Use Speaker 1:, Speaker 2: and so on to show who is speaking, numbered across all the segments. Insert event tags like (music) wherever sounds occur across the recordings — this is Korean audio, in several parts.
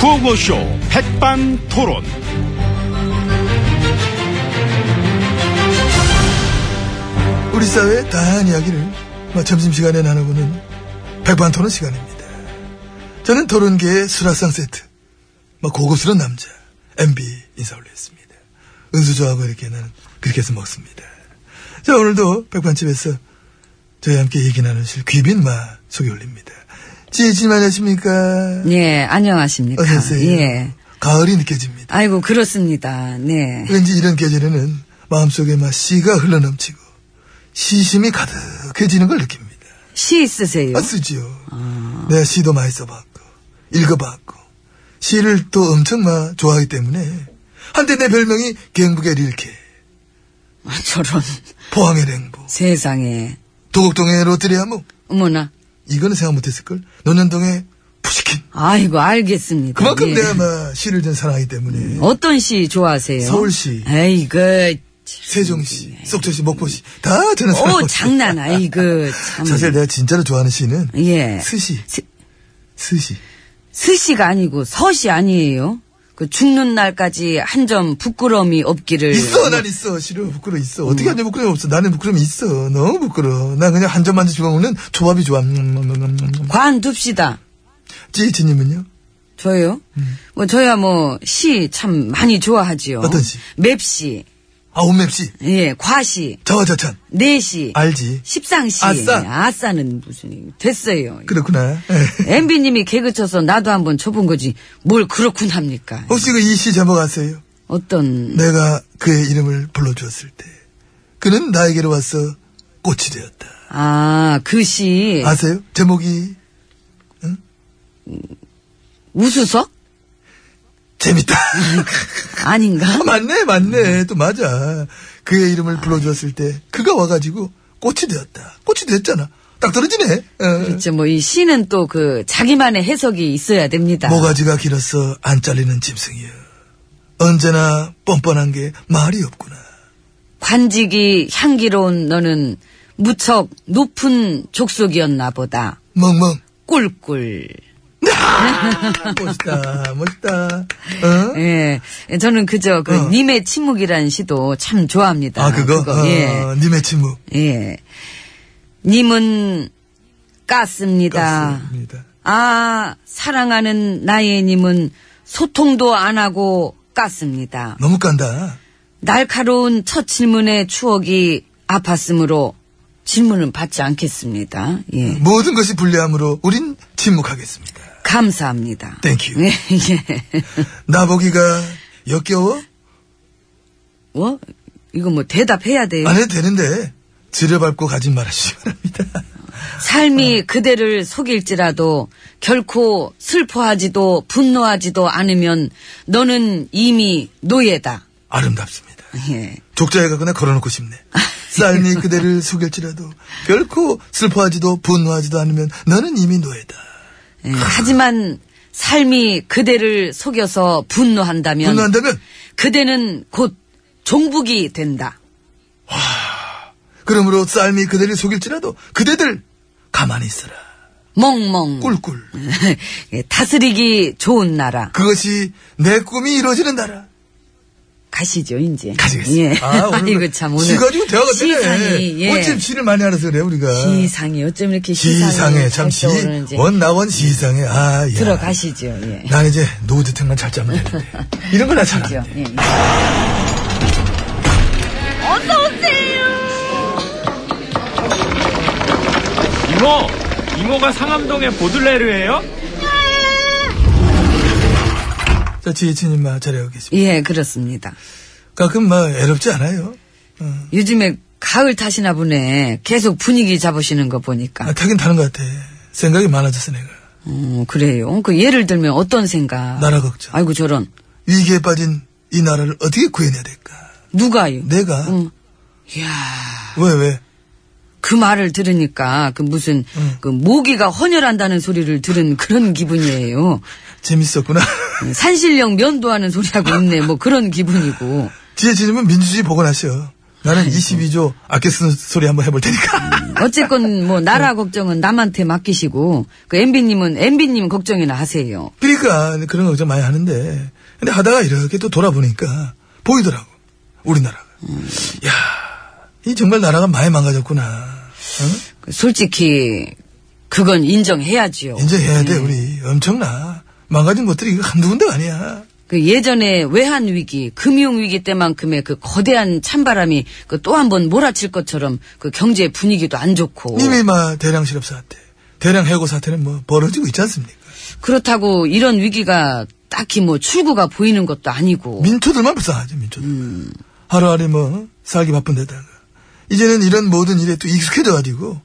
Speaker 1: 구호쇼 백반토론.
Speaker 2: 우리 사회의 다양한 이야기를 뭐 점심시간에 나누고는 백반토론 시간입니다. 저는 토론계의 수라상 세트, 뭐 고급스러운 남자, MB 인사 올렸습니다. 은수저하고 이렇게 나는 그렇게 해서 먹습니다. 자, 오늘도 백반집에서 저희와 함께 얘기 나누실 귀빈 마 소개 올립니다. 지혜진님 안녕하십니까?
Speaker 3: 예, 안녕하십니까.
Speaker 2: 어서오세요.
Speaker 3: 예.
Speaker 2: 가을이 느껴집니다.
Speaker 3: 아이고, 그렇습니다. 네.
Speaker 2: 왠지 이런 계절에는 마음속에 막 씨가 흘러넘치고 시심이 가득해지는 걸 느낍니다.
Speaker 3: 시 쓰세요.
Speaker 2: 아, 쓰지요. 내가 시도 많이 써봤고, 읽어봤고, 시를 또 엄청 막 좋아하기 때문에, 한때 내 별명이 경북의 릴케,
Speaker 3: 아, 저런. (laughs)
Speaker 2: 포항의 랭보,
Speaker 3: 세상에.
Speaker 2: 도곡동의 롯데리아목,
Speaker 3: 어머나.
Speaker 2: 이거는 생각 못했을걸, 논현동의 푸시킨.
Speaker 3: 아이고, 알겠습니다.
Speaker 2: 그만큼
Speaker 3: 예. 음.
Speaker 2: 내가 막 시를 전 사랑하기 때문에,
Speaker 3: 어떤 시 좋아하세요?
Speaker 2: 서울시.
Speaker 3: 아이고. 그, 참.
Speaker 2: 세종시, 속초시, 목포시, 다 저는
Speaker 3: 예, 오,
Speaker 2: 사랑하고
Speaker 3: 장난, 아이고, 그, 참.
Speaker 2: 사실 내가 진짜로 좋아하는 시는,
Speaker 3: 예.
Speaker 2: 스시,
Speaker 3: 스-
Speaker 2: 스시.
Speaker 3: 스시가 아니고 서시 아니에요? 그 죽는 날까지 한 점 부끄러움이 없기를.
Speaker 2: 있어, 난 있어. 싫어, 부끄러워, 있어. 어떻게 하냐, 부끄러움 없어. 나는 부끄러움이 있어. 너무 부끄러워. 난 그냥 한 점만 주고 먹는 조합이 좋아. 음, 음, 음, 음, 음.
Speaker 3: 뭐 관둡시다.
Speaker 2: 찌이치님은요?
Speaker 3: 저요? 뭐, 저야 뭐, 시 참 많이 좋아하지요.
Speaker 2: 음. 어떤 시?
Speaker 3: 맵시,
Speaker 2: 아, 온맵씨.
Speaker 3: 예, 과시,
Speaker 2: 저저찬.
Speaker 3: 내시,
Speaker 2: 알지.
Speaker 3: 십상시.
Speaker 2: 아, 아싸.
Speaker 3: 는 무슨, 됐어요.
Speaker 2: 그렇구나. 예.
Speaker 3: MB님이 개그 쳐서 나도 한번 쳐본 거지. 뭘 그렇군 합니까?
Speaker 2: 혹시 그 이 시 제목 아세요?
Speaker 3: 어떤,
Speaker 2: 내가 그의 이름을 불러주었을 때. 그는 나에게로 와서 꽃이 되었다.
Speaker 3: 아, 그 시,
Speaker 2: 아세요? 제목이
Speaker 3: 우수석?
Speaker 2: 재밌다.
Speaker 3: 아닌가?
Speaker 2: 아, 맞네, 맞네. 또 맞아. 그의 이름을 불러주었을 때 그가 와가지고 꽃이 되었다. 꽃이 됐잖아. 딱 떨어지네. 어.
Speaker 3: 그렇죠. 뭐, 이 시는 또 그, 자기만의 해석이 있어야 됩니다.
Speaker 2: 모가지가 길어서 안 잘리는 짐승이여. 언제나 뻔뻔한 게 말이 없구나.
Speaker 3: 관직이 향기로운 너는 무척 높은 족속이었나 보다.
Speaker 2: 멍멍.
Speaker 3: 꿀꿀.
Speaker 2: 멋있다, 멋있다. 어?
Speaker 3: 예. 저는 그저 그
Speaker 2: 어.
Speaker 3: 님의 침묵이라는 시도 참 좋아합니다.
Speaker 2: 아, 그거?
Speaker 3: 예.
Speaker 2: 어, 님의 침묵.
Speaker 3: 예. 님은 깠습니다.
Speaker 2: 깠습니다.
Speaker 3: 아, 사랑하는 나의 님은 소통도 안 하고 깠습니다.
Speaker 2: 너무 깐다.
Speaker 3: 날카로운 첫 질문의 추억이 아팠으므로 질문은 받지 않겠습니다. 예.
Speaker 2: 모든 것이 불리함으로 우린 침묵하겠습니다.
Speaker 3: 감사합니다.
Speaker 2: Thank you.
Speaker 3: (laughs) 예, 예.
Speaker 2: 나보기가 역겨워?
Speaker 3: 뭐? 이거 뭐 대답해야 돼요?
Speaker 2: 안 해도 되는데, 지려밟고 가진 말하시기 바랍니다.
Speaker 3: 삶이 그대를 속일지라도 결코 슬퍼하지도 분노하지도 않으면 너는 이미 노예다.
Speaker 2: 아름답습니다.
Speaker 3: 예.
Speaker 2: 족자에 가거나 걸어놓고 싶네. 삶이 그대를 속일지라도 결코 슬퍼하지도 분노하지도 않으면 너는 이미 노예다.
Speaker 3: 예. 하지만 삶이 그대를 속여서 분노한다면
Speaker 2: 분노한다면
Speaker 3: 그대는 곧 종북이 된다.
Speaker 2: 그러므로 삶이 그대를 속일지라도 그대들 가만히 있어라.
Speaker 3: 멍멍.
Speaker 2: 꿀꿀.
Speaker 3: (laughs) 예, 다스리기 좋은 나라.
Speaker 2: 그것이 내 꿈이 이루어지는 나라.
Speaker 3: 가시죠, 이제.
Speaker 2: 가지겠습니다.
Speaker 3: 예.
Speaker 2: 아, 오늘
Speaker 3: (laughs) 이거 참 오늘.
Speaker 2: 시가지고 대화가 되네.
Speaker 3: 시상이, 예.
Speaker 2: 어쩜 시를 많이 알아서 그래 우리가.
Speaker 3: 시상이 어쩜 이렇게 시상이
Speaker 2: 시상에 참 시.
Speaker 3: 오르는지
Speaker 2: 원나원 시상에. 아, 야.
Speaker 3: 들어가시죠. 예.
Speaker 2: 난 이제 노드 특만 잘 짜면
Speaker 3: (laughs)
Speaker 2: 되는데. 이런 걸나 잘안
Speaker 3: 그죠?
Speaker 2: 돼.
Speaker 3: 예.
Speaker 1: 이모, 이모가 상암동의 보들레르예요?
Speaker 2: 자, 지혜진님 마 잘하고 계십니다.
Speaker 3: 예, 그렇습니다.
Speaker 2: 가끔 막 애롭지 않아요.
Speaker 3: 요즘에 가을 타시나 보네. 계속 분위기 잡으시는 거 보니까.
Speaker 2: 아, 타긴 타는 것 같아. 생각이 많아졌어, 내가.
Speaker 3: 음, 그래요. 그 예를 들면 어떤 생각?
Speaker 2: 나라 걱정.
Speaker 3: 아이고 저런.
Speaker 2: 위기에 빠진 이 나라를 어떻게 구해내야 될까?
Speaker 3: 누가요?
Speaker 2: 내가?
Speaker 3: 음. 이야,
Speaker 2: 왜, 왜?
Speaker 3: 그 말을 들으니까 그 무슨 그 모기가 헌혈한다는 소리를 들은 그런 기분이에요.
Speaker 2: 재밌었구나. (laughs)
Speaker 3: 산신령 면도하는 소리하고 있네. 뭐 그런 기분이고.
Speaker 2: 지혜진님은 민주주의 복원하셔. 나는 22조 아껴 쓰는 소리 한번 해볼 테니까.
Speaker 3: 어쨌건 뭐 나라 걱정은 남한테 맡기시고 그 MB님은 MB님 걱정이나 하세요.
Speaker 2: 그러니까 그런 걱정 많이 하는데. 근데 하다가 이렇게 또 돌아보니까 보이더라고. 우리나라가. 야, 이 정말 나라가 많이 망가졌구나. 어? 응?
Speaker 3: 그 솔직히 그건 인정해야지요. 음.
Speaker 2: 인정해야 돼, 우리. 엄청나. 망가진 것들이 이거 한두 군데 가 아니야.
Speaker 3: 그 예전에 외환 위기, 금융 위기 때만큼의 그 거대한 찬바람이 그 또 한 번 몰아칠 것처럼 그 경제 분위기도 안 좋고
Speaker 2: 이미 막 대량 실업 사태, 대량 해고 사태는 뭐 벌어지고 있지 않습니까?
Speaker 3: 그렇다고 이런 위기가 딱히 뭐 출구가 보이는 것도 아니고
Speaker 2: 민초들만 불쌍하죠, 민초들. 하루하루 뭐, 살기 바쁜 데다가. 이제는 이런 모든 일에 또 익숙해져가지고,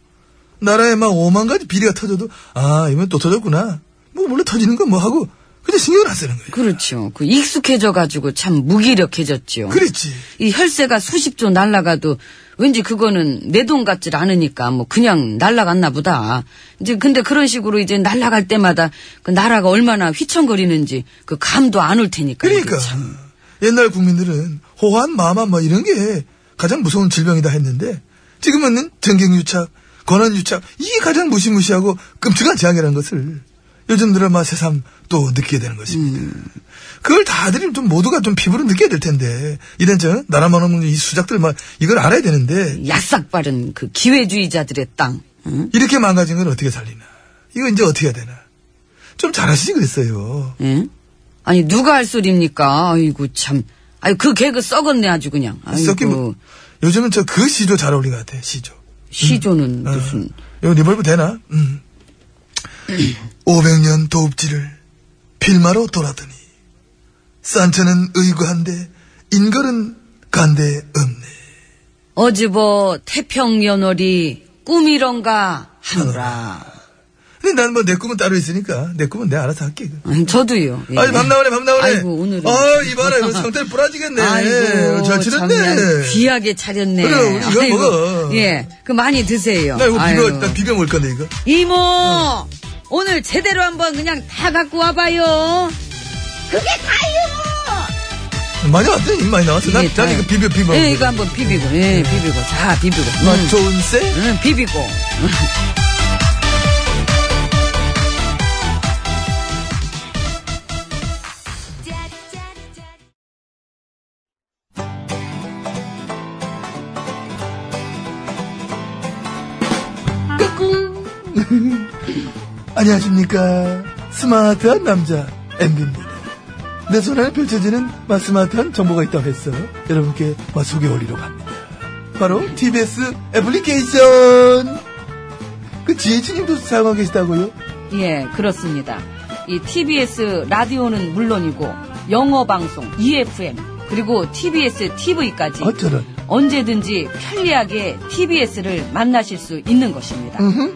Speaker 2: 나라에 막 오만 가지 비리가 터져도, 아, 이번 또 터졌구나. 뭐, 원래 터지는 건 뭐 하고, 그냥 신경을 안 쓰는 거예요.
Speaker 3: 그렇죠. 그 익숙해져 가지고 참 무기력해졌지요.
Speaker 2: 그랬지.
Speaker 3: 이 혈세가 수십조 날라가도 왠지 그거는 내 돈 같질 않으니까 뭐 그냥 날라갔나 보다. 이제 근데 그런 식으로 이제 날라갈 때마다 그 나라가 얼마나 휘청거리는지 그 감도 안 올 테니까. 이게
Speaker 2: 그러니까.
Speaker 3: 참.
Speaker 2: 옛날 국민들은 호환, 마마, 뭐 이런 게 가장 무서운 질병이다 했는데, 지금은 전경유착, 권한유착, 이게 가장 무시무시하고 끔찍한 재앙이라는 것을 요즘 들어 막 새삼 또 느끼게 되는 것입니다.
Speaker 3: 음.
Speaker 2: 그걸 다들 좀 모두가 좀 피부로 느껴야 될 텐데, 이런 저, 나라만 없는 이 수작들 막 이걸 알아야 되는데,
Speaker 3: 약삭 빠른 그 기회주의자들의 땅. 응?
Speaker 2: 이렇게 망가진 건 어떻게 살리나. 이거 이제 어떻게 해야 되나. 좀 잘하시지 그랬어요.
Speaker 3: 응? 예? 아니 누가 할 소리입니까? 아이고 참. 아유 그 개그 썩었네 아주 그냥.
Speaker 2: 썩긴
Speaker 3: 아이고
Speaker 2: 뭐- 요즘은 저 그 시조 잘 어울린 것 같아, 시조.
Speaker 3: 시조는
Speaker 2: 어,
Speaker 3: 무슨.
Speaker 2: 이거 리볼브 되나?
Speaker 3: (clears throat)
Speaker 2: 음. 500년 도읍지를 필마로 돌아더니 산천은 의구한데 인걸은 간데 없네.
Speaker 3: 어지버 뭐 태평연월이 꿈이런가 하노라.
Speaker 2: 근데 난 뭐 내 꿈은 따로 있으니까 내 꿈은 내가 알아서 할게. 이거.
Speaker 3: 아니, 저도요. 예.
Speaker 2: 음. 아이 밤 나오네 밤 나오네.
Speaker 3: 아이고 오늘은.
Speaker 2: 아 이봐라 이거 상태를 뿌라지겠네.
Speaker 3: 아이고,
Speaker 2: 잘
Speaker 3: 정말
Speaker 2: 치렀네.
Speaker 3: 귀하게 차렸네.
Speaker 2: 그래, 우리 이거 먹어.
Speaker 3: 예, 그 많이 드세요.
Speaker 2: 나 이거 비벼
Speaker 3: 아이고.
Speaker 2: 나 비벼 먹을 건데 이거.
Speaker 3: 이모, 오늘 제대로 한번 그냥 다 갖고 와봐요.
Speaker 2: 많이 왔더니 입 많이 나왔어. 난,
Speaker 3: 이게
Speaker 2: 난
Speaker 3: 다-
Speaker 2: 이거 비벼 비벼.
Speaker 3: 예, 이거 한번 비비고, 예, 비비고, 자, 비비고.
Speaker 2: 맛
Speaker 3: 음,
Speaker 2: 좋은 새.
Speaker 3: 음, 비비고.
Speaker 2: 안녕하십니까. 스마트한 남자, MB입니다. 내 손안에 펼쳐지는 마 스마트한 정보가 있다고 해서 여러분께 마 소개 올리려고 합니다. 바로 TBS 애플리케이션! 그 지혜진님도 사용하고 계시다고요?
Speaker 3: 예, 그렇습니다. 이 TBS 라디오는 물론이고 영어 방송, EFM, 그리고 TBS TV까지
Speaker 2: 어쩌면.
Speaker 3: 언제든지 편리하게 TBS를 만나실 수 있는 것입니다.
Speaker 2: 음흠.